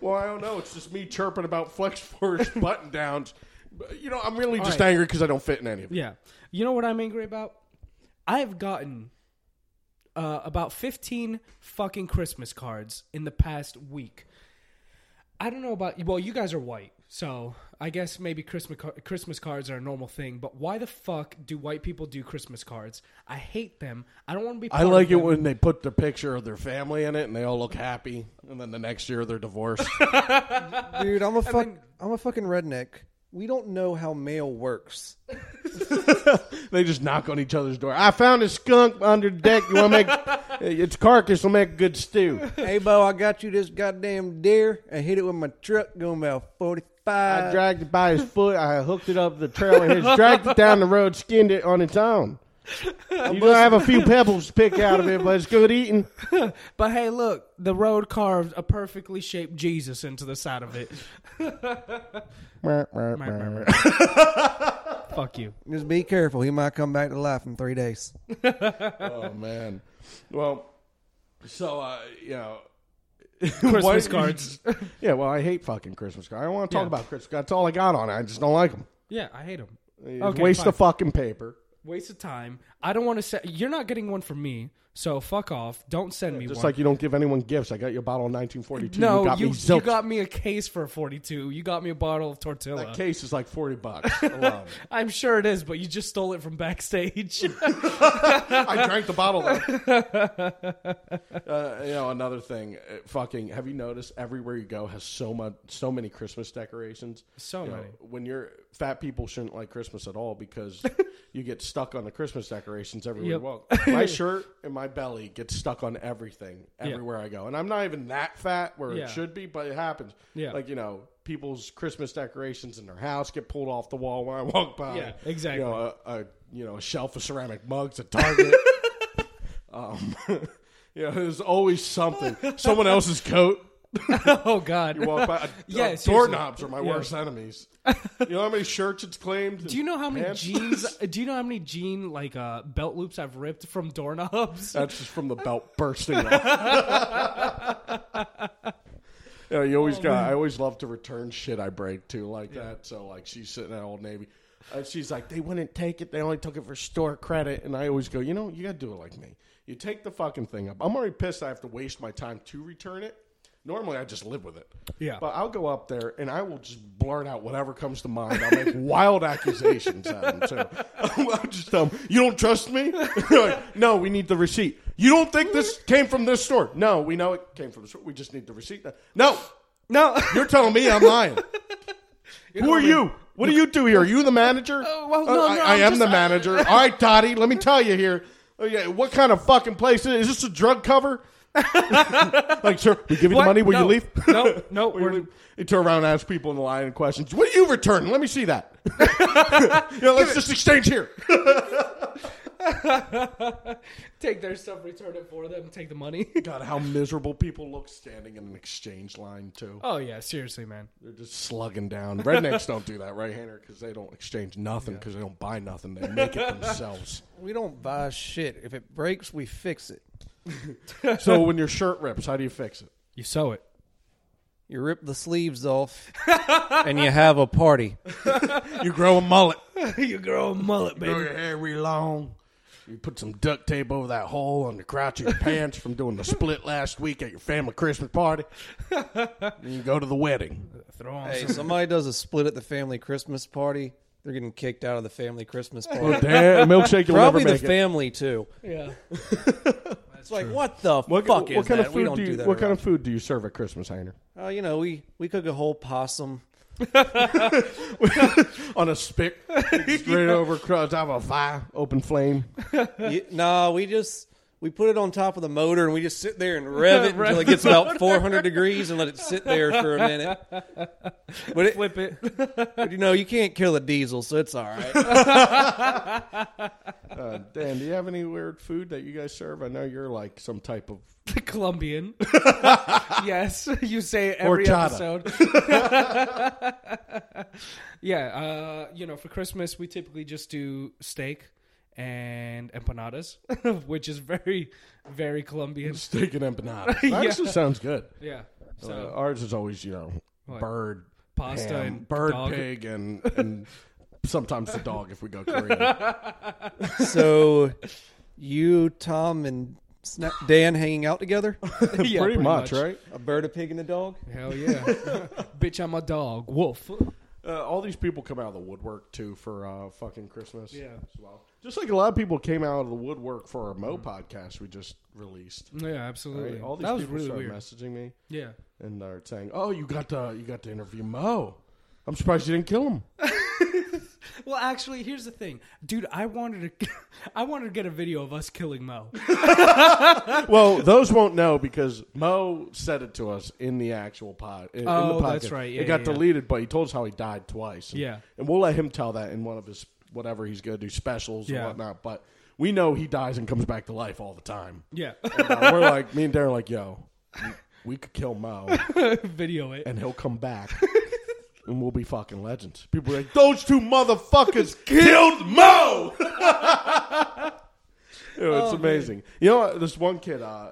Well, I don't know. It's just me chirping about Flex Force button downs. You know, I'm really just right. angry because I don't fit in any of them. yeah. You know what I'm angry about? I've gotten uh, about 15 fucking Christmas cards in the past week. I don't know about well, you guys are white, so I guess maybe Christmas car- Christmas cards are a normal thing. But why the fuck do white people do Christmas cards? I hate them. I don't want to be. I part of like it them. when they put the picture of their family in it and they all look happy, and then the next year they're divorced. Dude, I'm a fuck, I'm a fucking redneck. We don't know how mail works. they just knock on each other's door. I found a skunk under the deck. You want to make its carcass will make good stew. hey, Bo, I got you this goddamn deer. I hit it with my truck going about 45. I dragged it by his foot. I hooked it up the trailer hitch, dragged it down the road, skinned it on its own. You know, I have a few pebbles to pick out of it, but it's good eating. But hey, look, the road carved a perfectly shaped Jesus into the side of it. Fuck you. Just be careful. He might come back to life in three days. Oh man. Well, so uh, you know, Christmas Why- cards. yeah. Well, I hate fucking Christmas cards. I don't want to talk Yeah. about Christmas cards. That's all I got on it. I just don't like them. yeah, I hate them. Okay, Okay, waste fine. of fucking paper. Waste of time. I don't want to say you're not getting one from me, so fuck off. Don't send me Just one. like you don't give anyone gifts. I got you a bottle of 1942. no, you got me you you zilch. got me a case for a 42. You got me a bottle of tortilla. that case is like 40 bucks. alone. I'm sure it is, but you just stole it from backstage. I drank the bottle. Though. uh, you know, another thing. uh, Fucking. Have you noticed everywhere you go has so much, so many Christmas decorations. So You know, many. when you're fat, people shouldn't like Christmas at all because you get stuck on the Christmas decorations everywhere. Yep. you walk. my shirt and my belly get stuck on everything everywhere I go, and I'm not even that fat where Yeah. it should be, but it happens. Yeah. Like you know. People's Christmas decorations in their house get pulled off the wall when I walk by. Yeah, exactly. You know, a, a you know a shelf of ceramic mugs at Target. Um, yeah, there's always something. Someone else's coat. oh God. You walk by. Yeah, uh, seriously. doorknobs are my Yeah. worst enemies. You know how many shirts it's claimed? do you know how many Pants? jeans? Do you know how many jean like uh, belt loops I've ripped from doorknobs? That's just from the belt bursting off. yeah, you always got. I always love to return shit I break too, like that. So like, she's sitting at Old Navy. And she's like, they wouldn't take it. They only took it for store credit. And I always go, you know, you got to do it like me. You take the fucking thing up. I'm already pissed I have to waste my time to return it. Normally, I just live with it. Yeah. But I'll go up there and I will just blurt out whatever comes to mind. I'll make wild accusations at them, too. I'll just tell them, you don't trust me? They're like, no, we need the receipt. You don't think this came from this store? No, we know it came from the store. We just need the receipt. No, No. you're telling me I'm lying. Who are Coleman. you? What do you do here? Are you the manager? Oh, well, no, Uh, no, I, I I'm am just- the manager. All right, Dottie, let me tell you here. Oh, yeah, what kind of fucking place is, is this? A drug cover? like, sir, we give you What? the money. Will No. you leave? No, no, Will you we're- leave? You turn around and ask people in the line questions. What do you return? Let me see that. You know, let's just exchange here. Take their stuff, return it for them, take the money. God, how miserable people look standing in an exchange line too. oh yeah, seriously, man. They're just slugging down. Rednecks don't do that, right, Hander? Because they don't exchange nothing. Because they don't buy nothing. They make it themselves. We don't buy shit. If it breaks, we fix it. So when your shirt rips, how do you fix it? You sew it. You rip the sleeves off and you have a party. You grow a mullet. you grow a mullet, Grow your hair real long. You put some duct tape over that hole on the crotch of your pants from doing the split last week at your family Christmas party. And you go to the wedding. Throw on Hey, some. somebody does a split at the family Christmas party, they're getting kicked out of the family Christmas party. Damn, milkshake you'll Probably the never make it. family too. Yeah. It's like what the What, fuck what is kind that? of we food don't do do, you, that. What kind of food do you serve at Christmas, Hainer? around- Uh, you know, we we cook a whole possum. on a spit, straight over crust out of a fire, open flame. You- nah, we just we put it on top of the motor and we just sit there and rev it until it gets about 400 degrees and let it sit there for a minute. But it, Flip it. But, you know, you can't kill a diesel, so it's all right. Uh, Dan, do you have any weird food that you guys serve? I know you're like some type of The Colombian. yes, you say it every Horchata. episode. yeah, uh, you know, for Christmas we typically just do steak and empanadas, which is very, very Colombian. Steak and empanadas. That Yeah. actually sounds good. Yeah. So Uh, ours is always, you know, What? bird, Pasta ham, and bird, dog. pig, and, and sometimes the dog if we go Korean. So, you, Tom, and Sna- Dan hanging out together? Yeah, pretty, much, right? A bird, a pig, and a dog. Hell yeah. Bitch, I'm a dog. Wolf. Uh, all these people come out of the woodwork too for uh, fucking Christmas. Yeah. as well. Just like a lot of people came out of the woodwork for our Mo podcast we just released. Mm-hmm. Yeah, absolutely. Right? All these that was people really started weird. messaging me Yeah. and are saying, "Oh, you got to you got to interview Mo. I'm surprised you didn't kill him." Well, actually, here's the thing, dude. I wanted to, I wanted to get a video of us killing Mo. well, those won't know because Mo said it to us in the actual pod. In, in Oh, the podcast. that's right. Yeah, it got yeah, yeah. deleted, but he told us how he died twice. And, Yeah. and we'll let him tell that in one of his whatever he's going to do specials Yeah. and whatnot. But we know he dies and comes back to life all the time. Yeah, And, uh, we're like, me and Darren, are like, yo, we- we could kill Mo video it. and he'll come back. And we'll be fucking legends. People are like, those two motherfuckers killed Mo! Yo, it's amazing. You know, what? this one kid, uh,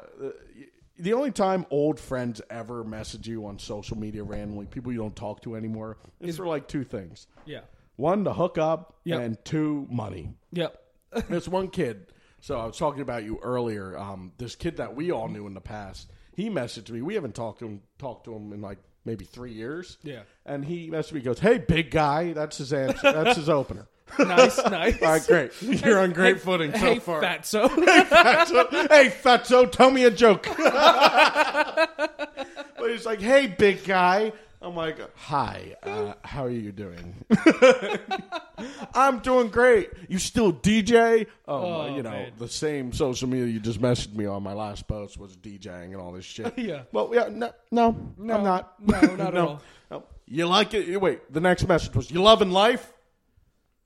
the only time old friends ever message you on social media randomly, people you don't talk to anymore, is for like two things Yeah. one, to hook up, Yep. and two, money. Yep. There's one kid. So I was talking about you earlier. Um, this kid that we all knew in the past, he messaged me. We haven't talked to him talked to him in like maybe three years. Yeah. And he messaged me. he Goes, hey, big guy. That's his answer. That's his opener. Nice, nice. All right, great. You're on great footing so hey, far. Fatso. Fatso- hey, Fatso, tell me a joke. but he's like, hey, big guy. I'm like, hi, uh, how are you doing? I'm doing great. You still DJ? Oh, my- you know, man. the same social media you just messaged me on my last post was DJing and all this shit. Yeah. Well, yeah, no, no, I'm not. no, not at all. no. You like it? you- Wait, the next message was, you loving life?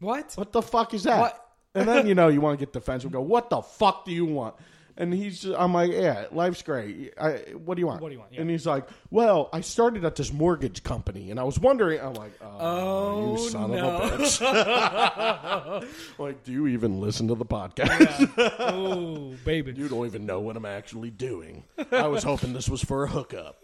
what? What the fuck is that? What? And then you know you want to get defensive. and Go, what the fuck do you want? And he's, just, I'm like, yeah, life's great. I, what do you want? What do you want? Yeah. And he's like, well, I started at this mortgage company, and I was wondering. I'm like, oh, Oh, you son no. of a bitch. like, do you even listen to the podcast? Oh, baby. you don't even know what I'm actually doing. I was hoping this was for a hookup.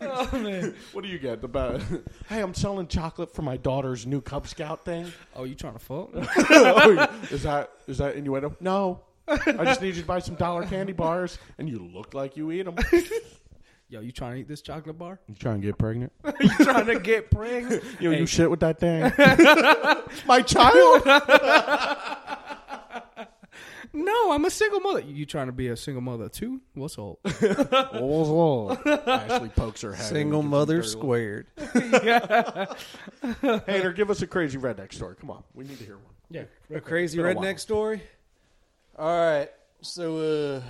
Oh man. What do you get? About hey, I'm selling chocolate for my daughter's new Cub Scout thing. Oh, you trying to fuck? Oh, is that is that innuendo? No. I just need you to buy some dollar candy bars, and you look like you eat them. Yo, you trying to eat this chocolate bar? You trying to get pregnant? you trying to get pregnant? Yo, Hey. you shit with that thing? My child? No, I'm a single mother. You trying to be a single mother too? What's up? Ashley pokes her head. Single and gives mother him a dirty look. squared. Hater, give us a crazy redneck story. Come on, we need to hear one. yeah. A crazy Been a while. redneck story. All right. So, uh,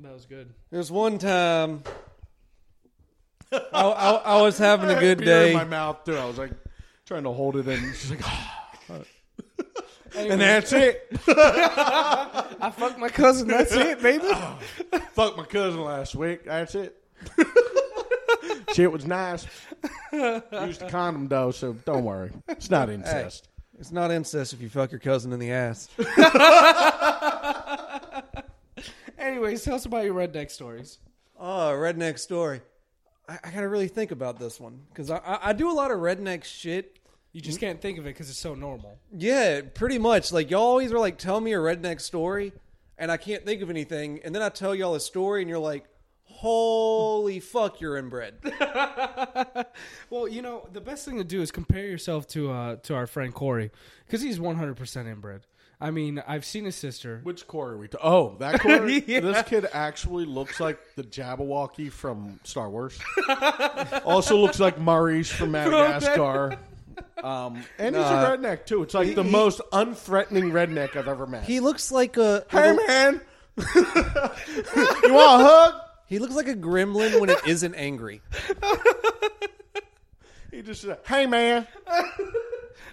That was good. there's one time I, I, I was having a good Beer day. in my mouth too. I was like trying to hold it in. She's like, "Ah, and that's it. I fucked my cousin. That's it, baby. Fuck my cousin last week. That's it. Shit was nice. Used a condom though, so don't worry. It's not incest. It's not incest if you fuck your cousin in the ass. Anyways, tell us about your redneck stories. Oh, redneck story. I, I gotta really think about this one because I, I, I do a lot of redneck shit. You just can't think of it because it's so normal. Yeah, pretty much. Like y'all always are like, tell me a redneck story, and I can't think of anything. And then I tell y'all a story, and you're like, holy fuck, you're inbred. Well, you know, the best thing to do is compare yourself to uh, to our friend Corey because he's 100% inbred. I mean, I've seen his sister. Which Corey are we? T- oh, that Corey. Yeah. This kid actually looks like the Jabberwocky from Star Wars. also looks like Maurice from Madagascar. Um, and he's Nah. a redneck too. It's like the most unthreatening redneck I've ever met. He looks like a hey man, you want a hug? he looks like a gremlin when it isn't angry. He just said, "Hey man,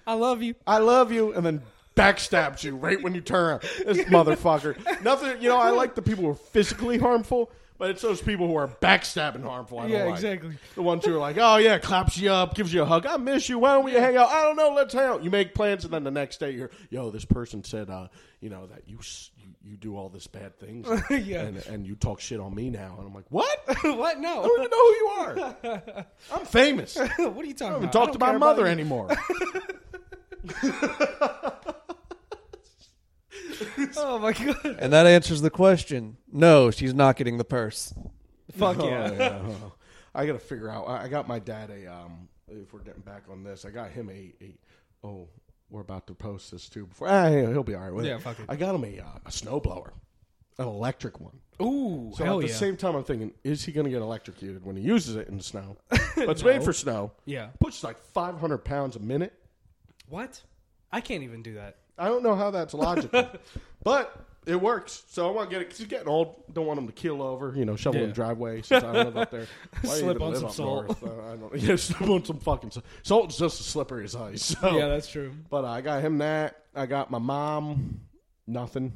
I love you. I love you, and then backstabs you right when you turn around. This motherfucker. Nothing, you know, I like the people who are physically harmful, but But it's those people who are backstabbing harmful. I don't Yeah, like. exactly. The ones who are like, oh yeah, claps you up, gives you a hug. I miss you. Why don't we hang out? I don't know. Let's hang out. You make plans, and then the next day you're, yo, this person said, uh, you know, that you s- you, you do all this bad things, Yeah. and, and you talk shit on me now, and I'm like, what? I what? No. don't even know who you are. I'm famous. I what are you talking don't even about? talk I to don't my care mother about you. anymore. Oh my god. And that answers the question. No, she's not getting the purse. Fuck Oh, yeah. yeah. I got to figure out. I I got my dad a. Um, if we're getting back on this, I got him a. a oh, we're about to post this too. Before ah, yeah, he'll be all right with Yeah, it. fuck it. I got him a uh, a snowblower, an electric one. Ooh, So hell at the yeah. same time, I'm thinking, is he going to get electrocuted when he uses it in the snow? But it's made for snow. Yeah. pushes like 500 pounds a minute. What? I can't even do that. I don't know how that's logical, but it works. So I want to get it because he's getting old. Don't want him to keel over, you know, shoveling Yeah. the driveway since I live up there. Why Slip even on live some up salt. north? Uh, I don't, yeah, slip on some fucking salt. Salt's just as slippery as ice. So. Yeah, that's true. But uh, I got him that. I got my mom. Nothing.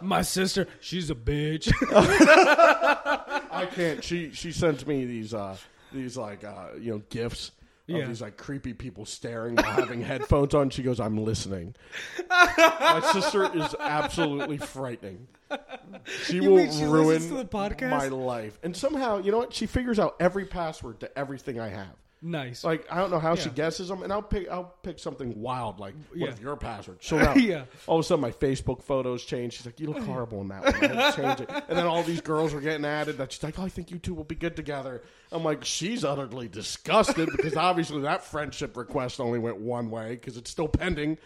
My sister, she's a bitch. I can't. She she sends me these uh these like uh you know gifts. Of Yeah. these like creepy people staring while having headphones on. She goes, "I'm listening." My sister is absolutely frightening. She You will mean she ruin listens to the podcast? my life. And somehow, you know what? She figures out every password to everything I have. nice. Like I don't know how she Yeah. guesses them, and I'll pick I'll pick something wild like Yeah. what if your password? So now, Yeah. all of a sudden my Facebook photos change. She's like, "You look horrible in that one." I had to change it, and then all these girls are getting added. That she's like, "Oh, I think you two will be good together." I'm like, she's utterly disgusted because obviously that friendship request only went one way because it's still pending.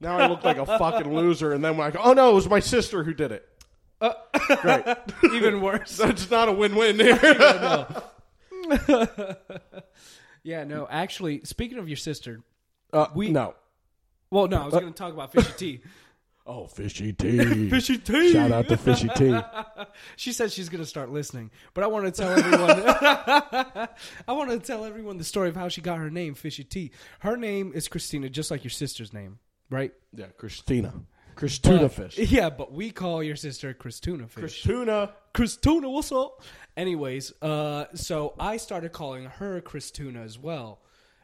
Now I look like a fucking loser, and then when I go, "Oh no, it was my sister who did it." Great, even worse. that's not a win-win here. Yeah, no, actually, speaking of your sister, Uh, we no. well, no, I was going to talk about Fishy T. Oh, fishy tea. Fishy T. Shout out to fishy tea. She said she's going to start listening, but I want to tell everyone. I want to tell everyone the story of how she got her name, Fishy T. Her name is Christina, just like your sister's name, right? Yeah, Christina. Christuna fish. Yeah, but we call your sister Christuna Fish. Christuna. Christuna, what's up? Anyways, uh, so I started calling her Christuna as well,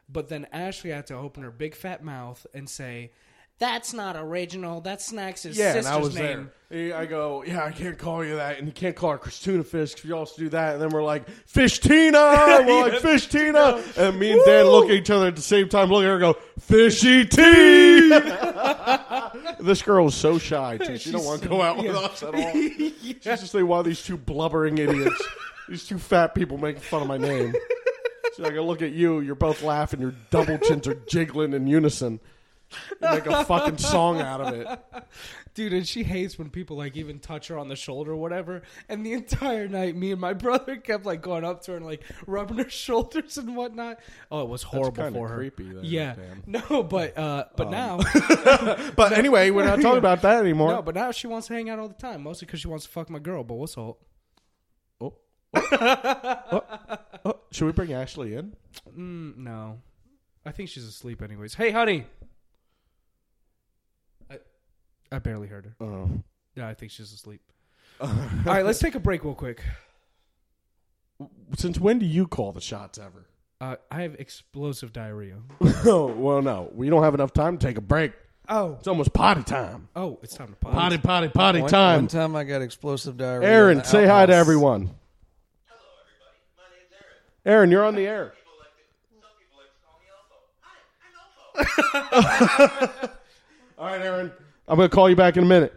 but then Ashley had to open her big fat mouth and say, "That's not original. That's Snacks' Yeah, sister's and I was name." there. Yeah, I go, yeah, I can't call you that, and you can't call her Christuna fish because we also do that. And then we're like, Fish Tina, we're like Fish Tina, and me and Dan look at each other at the same time, look at her, and go, Fishy T. this girl is so shy too; she don't She's want to so- go out with yeah. us at all. She's just like, "Why are these two blubbering idiots? these two fat people making fun of my name." She's like, "I look at you; you're both laughing. Your double chins are jiggling in unison." You make a fucking song out of it. Dude, and she hates when people like even touch her on the shoulder or whatever. And the entire night, me and my brother kept like going up to her and like rubbing her shoulders and whatnot. Oh, it was horrible kinda for her. creepy Um, there, yeah, Dan. no, but uh, but now But anyway, we're not talking about that anymore. no, but now she wants to hang out all the time, mostly because she wants to fuck my girl. But what's up? Oh. Oh. Oh. Should we bring Ashley in? Mm, No. I think she's asleep anyways. Hey, honey. I I barely heard her. Oh. No, I think she's asleep. All right, let's take a break real quick. Since when do you call the shots ever? Uh, I have explosive diarrhea. oh, well, no. We don't have enough time to take a break. Oh. It's almost potty time. Oh, it's time to pause. Potty, potty, potty One, time. one time I got explosive diarrhea. in Aaron, the say hi to outhouse. everyone. Aaron, you're on the air. All right, Aaron. I'm going to call you back in a minute.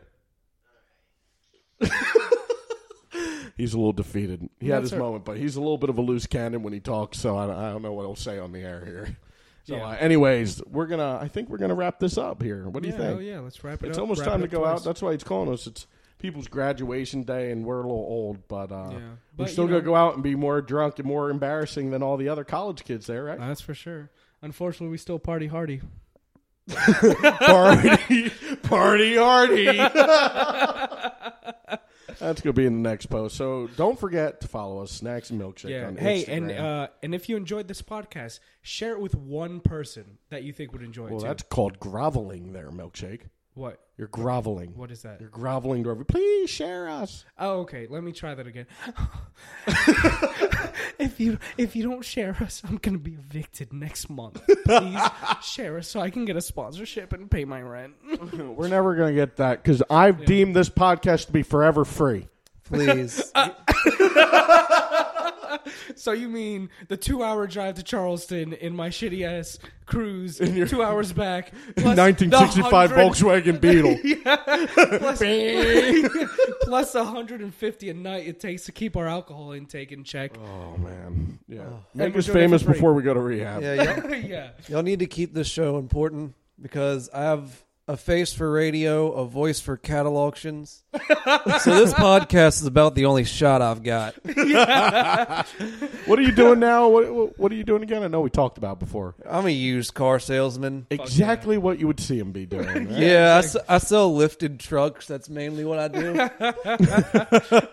he's a little defeated. He had That's his all right. moment, but he's a little bit of a loose cannon when he talks, so I don't, I don't know what he'll say on the air here. So, Yeah. uh, anyways, we're gonna. I think we're gonna wrap this up here. What do yeah, you think? Oh, yeah, let's wrap it up. It's almost Wrap it time to up go twice. out. That's why he's calling us. It's people's graduation day, and we're a little old, but uh, Yeah. we're But, still you gonna know- go out and be more drunk and more embarrassing than all the other college kids there, right? That's for sure. Unfortunately, we still party hardy. party, party, hardy. That's gonna be in the next post. So don't forget to follow us, Snacks and Milkshake. Yeah. on Hey, Instagram. and uh, and if you enjoyed this podcast, share it with one person that you think would enjoy it well, too. that's called groveling there, Milkshake. What? You're groveling. What is that? You're groveling to every. Please share us. Oh, okay. Let me try that again. if you if you don't share us, I'm gonna be evicted next month. Please share us so I can get a sponsorship and pay my rent. We're never gonna get that because I've deemed this podcast to be forever free. Please. so you mean the two hour drive to Charleston in my shitty ass cruise, two hours back, plus the 1965 100 Volkswagen Beetle. plus 150 a night it takes to keep our alcohol intake in check. Oh man, yeah. And Make we're us doing it famous for free. before we go to rehab. yeah, y'all, yeah. y'all need to keep this show important because I have a face for radio, a voice for cattle auctions. so this podcast is about the only shot I've got. What are you doing now? What, what What are you doing again? I know we talked about before. I'm a used car salesman. Exactly what you would see him be doing. right? Yeah, I, s- I sell lifted trucks. That's mainly what I do.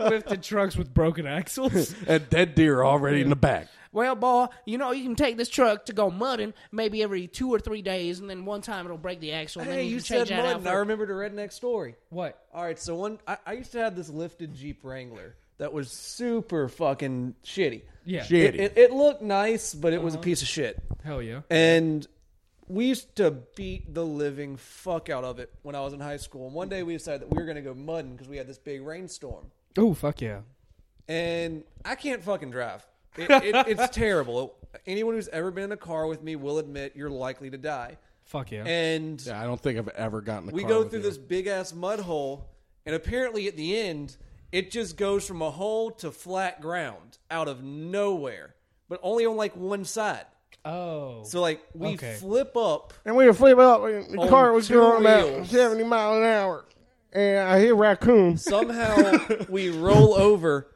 Lifted trucks with broken axles. And dead deer already in the back. Well, boy, you know you can take this truck to go mudding maybe every two or three days, and then one time it'll break the axle. And hey, then you can change said that mud, out and I for- remembered a redneck story. what? All right, so one, I, I used to have this lifted Jeep Wrangler that was super fucking shitty. Yeah, It, Shitty. it, it looked nice, but it was a piece of shit. hell yeah. And we used to beat the living fuck out of it when I was in high school. And one day we decided that we were going to go mudding because we had this big rainstorm. Oh fuck yeah. And I can't fucking drive. It, it, it's terrible. Anyone who's ever been in a car with me will admit you're likely to die. Fuck yeah. And Yeah, I don't think I've ever gotten. A we car go with through you. this big ass mud hole, and apparently at the end, it just goes from a hole to flat ground out of nowhere, but only on like one side. oh. So like we Okay. flip up. And we were flipping up. and The On car was two going about wheels. 70 miles an hour. And I hit raccoons. Somehow we roll over,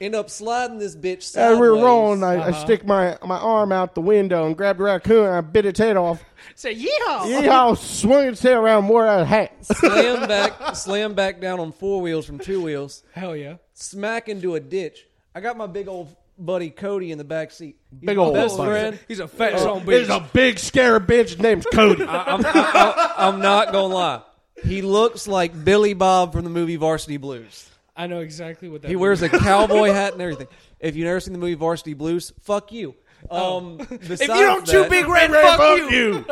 end up sliding this bitch sideways. As we were rolling, I, Uh-huh. I stick my, my arm out the window and grabbed a raccoon and I bit its head off. Say yeehaw. Yeehaw, swung its tail around, wore out a hat. slam back, slam back down on four wheels from two wheels, Hell yeah. smack into a ditch. I got my big old buddy Cody in the back seat. He's Big my old best buddy. friend. He's a Oh. fat son There's bitch. a big, scary bitch named Cody. I, I'm not gonna lie. He looks like Billy Bob from the movie Varsity Blues. I know exactly what that. He wears a cowboy hat and everything. If you've never seen the movie Varsity Blues, fuck you. Um, if If you don't chew big red, fuck, you.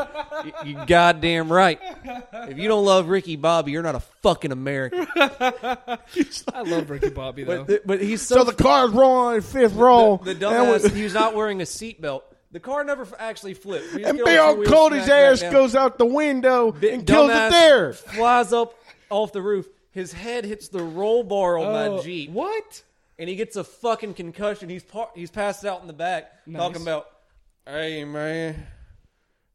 you goddamn right. If you don't love Ricky Bobby, you're not a fucking American. I love Ricky Bobby though. But, th- but he's so, so the car's rolling in fifth roll. the and we- dumbass. he was not wearing a seatbelt. The car never f- actually flipped. We just and get big on old two wheels, Cody's smack back ass down. goes out the window Bi- and kills dumbass it there. Flies up off the roof. His head hits the roll bar on Oh, my Jeep. What? and he gets a fucking concussion. He's par- he's passed out in the back, Nice. talking about, "Hey man,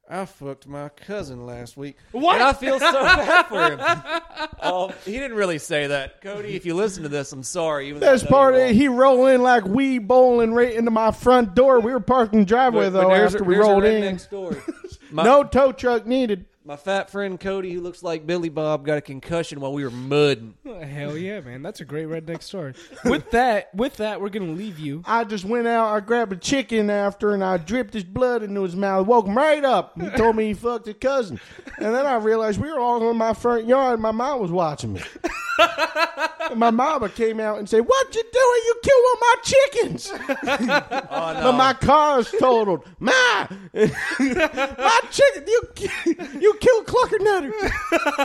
I fucked my cousin last week." What? And I feel so bad for him. Um, he didn't really say that, Cody. If you listen to this, I'm sorry. even though I That's know part of it. you're wrong. He rolled in like we bowling right into my front door. We were parking driveway But- but though there's a- after we there's a rolled in. redneck Story. No tow truck needed. My fat friend Cody, who looks like Billy Bob, got a concussion while we were mudding. Oh, Hell yeah, man. That's a great redneck story. with that, with that, we're gonna leave you. I just went out. I grabbed a chicken after, and I dripped his blood into his mouth. Woke him right up. He told me he fucked his cousin, and then I realized we were all in my front yard. and My mom was watching me. And my mama came out and said, "What you doing? You killed one of my chickens." Oh, no. But my car's totaled. My, my chicken. You, you killed Cluckernutter.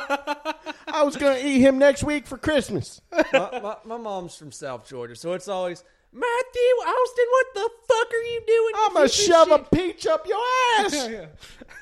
I was gonna eat him next week for Christmas. my, my, my mom's from South Georgia, so it's always Matthew Austin. What the fuck are you doing? I'm You gonna piece of shove shit?" a peach up your ass.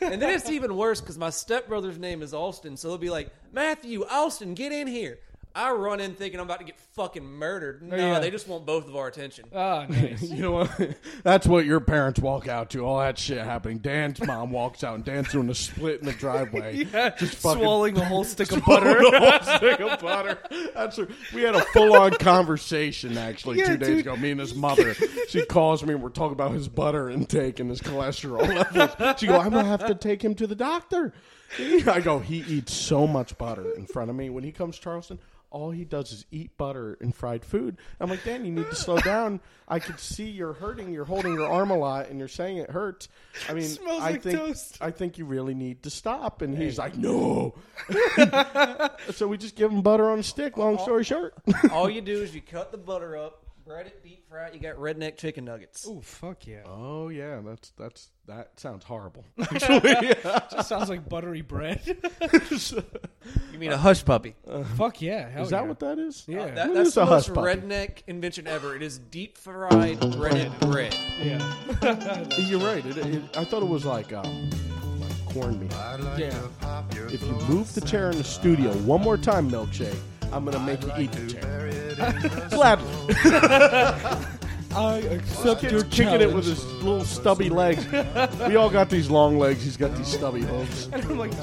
And then it's even worse because my stepbrother's name is Austin, so they'll be like, Matthew, Austin, get in here. I run in thinking I'm about to get fucking murdered. No, yeah. they just want both of our attention. Ah, nice. You know what? That's what your parents walk out to. All that shit happening. Dan's mom walks out and Dan's doing a split in the driveway. Just fucking swallowing a whole stick of butter. a whole stick of butter. That's her. We had a full on conversation actually Yeah, two days dude. ago. Me and his mother. She calls me and we're talking about his butter intake and his cholesterol levels. She go, I'm gonna have to take him to the doctor. I go, he eats so much butter in front of me. When he comes to Charleston, all he does is eat butter and fried food. I'm like, Dan, you need to slow down. I could see you're hurting. You're holding your arm a lot, and you're saying it hurts. I mean, Smells I like think toast. I think you really need to stop. And he's like, no. so we just give him butter on a stick. Long story short, All you do is you cut the butter up, bread it, deep fry it. You got redneck chicken nuggets. Oh fuck yeah! oh yeah, that's that's that sounds horrible. Just sounds like buttery bread. You mean a hush puppy? fuck yeah! Hell Is that yeah. what that is? Yeah. That- What that's is a the most hush puppy? redneck invention ever. It is deep fried breaded bread. Yeah. You're right. It, it, I thought it was like um, like cornmeal. Yeah. If you move the chair in the studio one more time, milkshake, I'm gonna make you eat the chair. Gladly. I accept Kid's kicking it with his little stubby legs. We all got these long legs. He's got these stubby hooves. I'm like,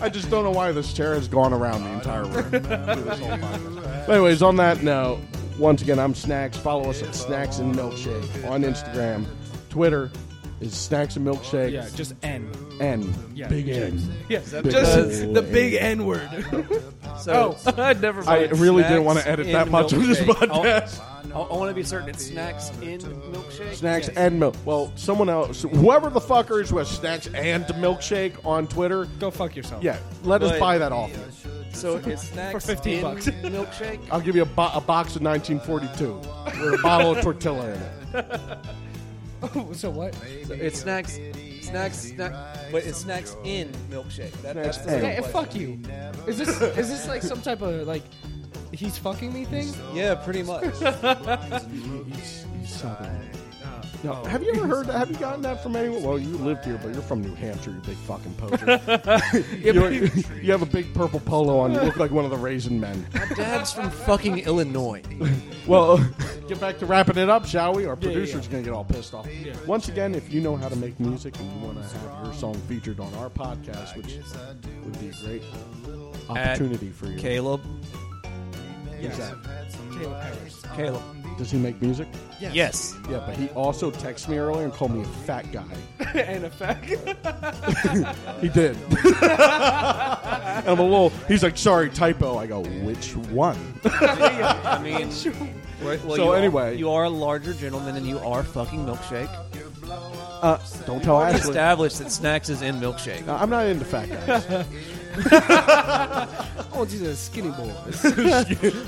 I just don't know why this chair has gone around the entire room. through this whole podcast. But anyways, on that note, once again, I'm Snacks. Follow us at Snacks and Milkshake on Instagram. Twitter is Snacks and Milkshake. yeah, just N. N. Yeah, Big James. N. Yeah, Big just N. the big N word. So it's- never I mind. really didn't Snacks want to edit in that much of this milkshake. Oh, podcast. I, want to be certain it's snacks in milkshake. Snacks and milk. Well, someone else, whoever the fucker is with snacks and milkshake on Twitter, Go fuck yourself. yeah, let us But- buy that off. So it's snacks For 15 in bucks. milkshake. I'll give you a, bo- a box of 1942 with a bottle of tortilla in it. Oh, so what? So it's snacks, snacks, snack, but it's snacks in milkshake. That, Snacks that's the in. Hey, simple fuck you. Is this is this like some type of like he's fucking me thing? way. Yeah, pretty much. He's, he's southern. No, have you ever heard? Have you gotten that from anyone? Well, you lived here, but you're from New Hampshire. You big fucking poser. you, you have a big purple polo on. You look like one of the raisin men. Dad's from fucking Illinois. Well, get back to wrapping it up, shall we? Our producer's going to get all pissed off. Once again, if you know how to make music and you want to have your song featured on our podcast, which would be a great opportunity for you. Caleb. Who's that? Caleb Harris. Caleb. Does he make music? Um, Yes. Yeah, but he also texted me earlier and called me a fat guy. and a fact. He did. and I'm a little, he's like, sorry, typo. I go, which one? I mean, right, So well, you are- anyway. you are a larger gentleman and you are fucking milkshake. Uh, don't tell Ashley. Established that snacks is in milkshake. No, I'm not into fat guys. Oh, he's a skinny boy.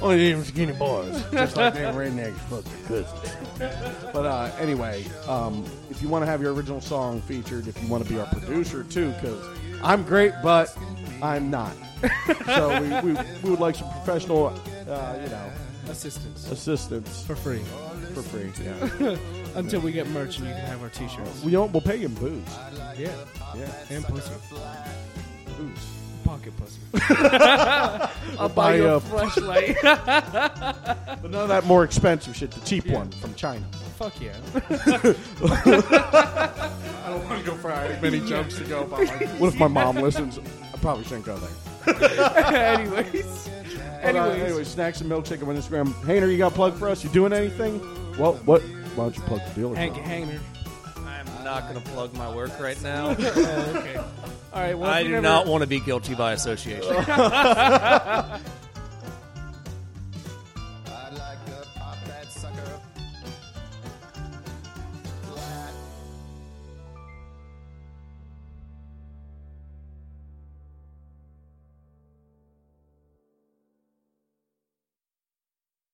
Only them skinny boys. Just like them rednecks fuck their cousins. But uh, anyway, um, if you want to have your original song featured, if you want to be our producer too, because I'm great, but I'm not. so we, we, we would like some professional, uh, you know, Assistance assistance for free for free. Yeah. until we get merch and you can have our T-shirts. we don't, we'll pay you in booze. Yeah, Yeah. and pussy, Booze. pocket pussy. I'll buy you a, flashlight. but none of that more expensive shit, the cheap one from China. Fuck yeah. I don't want to go for many jumps to go. About what if my mom listens? I probably shouldn't go there. Anyways. But, uh, Anyways. anyway, snacks and milkshake on Instagram. Hainer, you got a plug for us? You doing anything? Well, what? Why don't you plug the dealer? Hank for us? Hanger. I'm not going to plug my work right now. Oh, okay. All right. Well, if I you do never- not want to be guilty by association.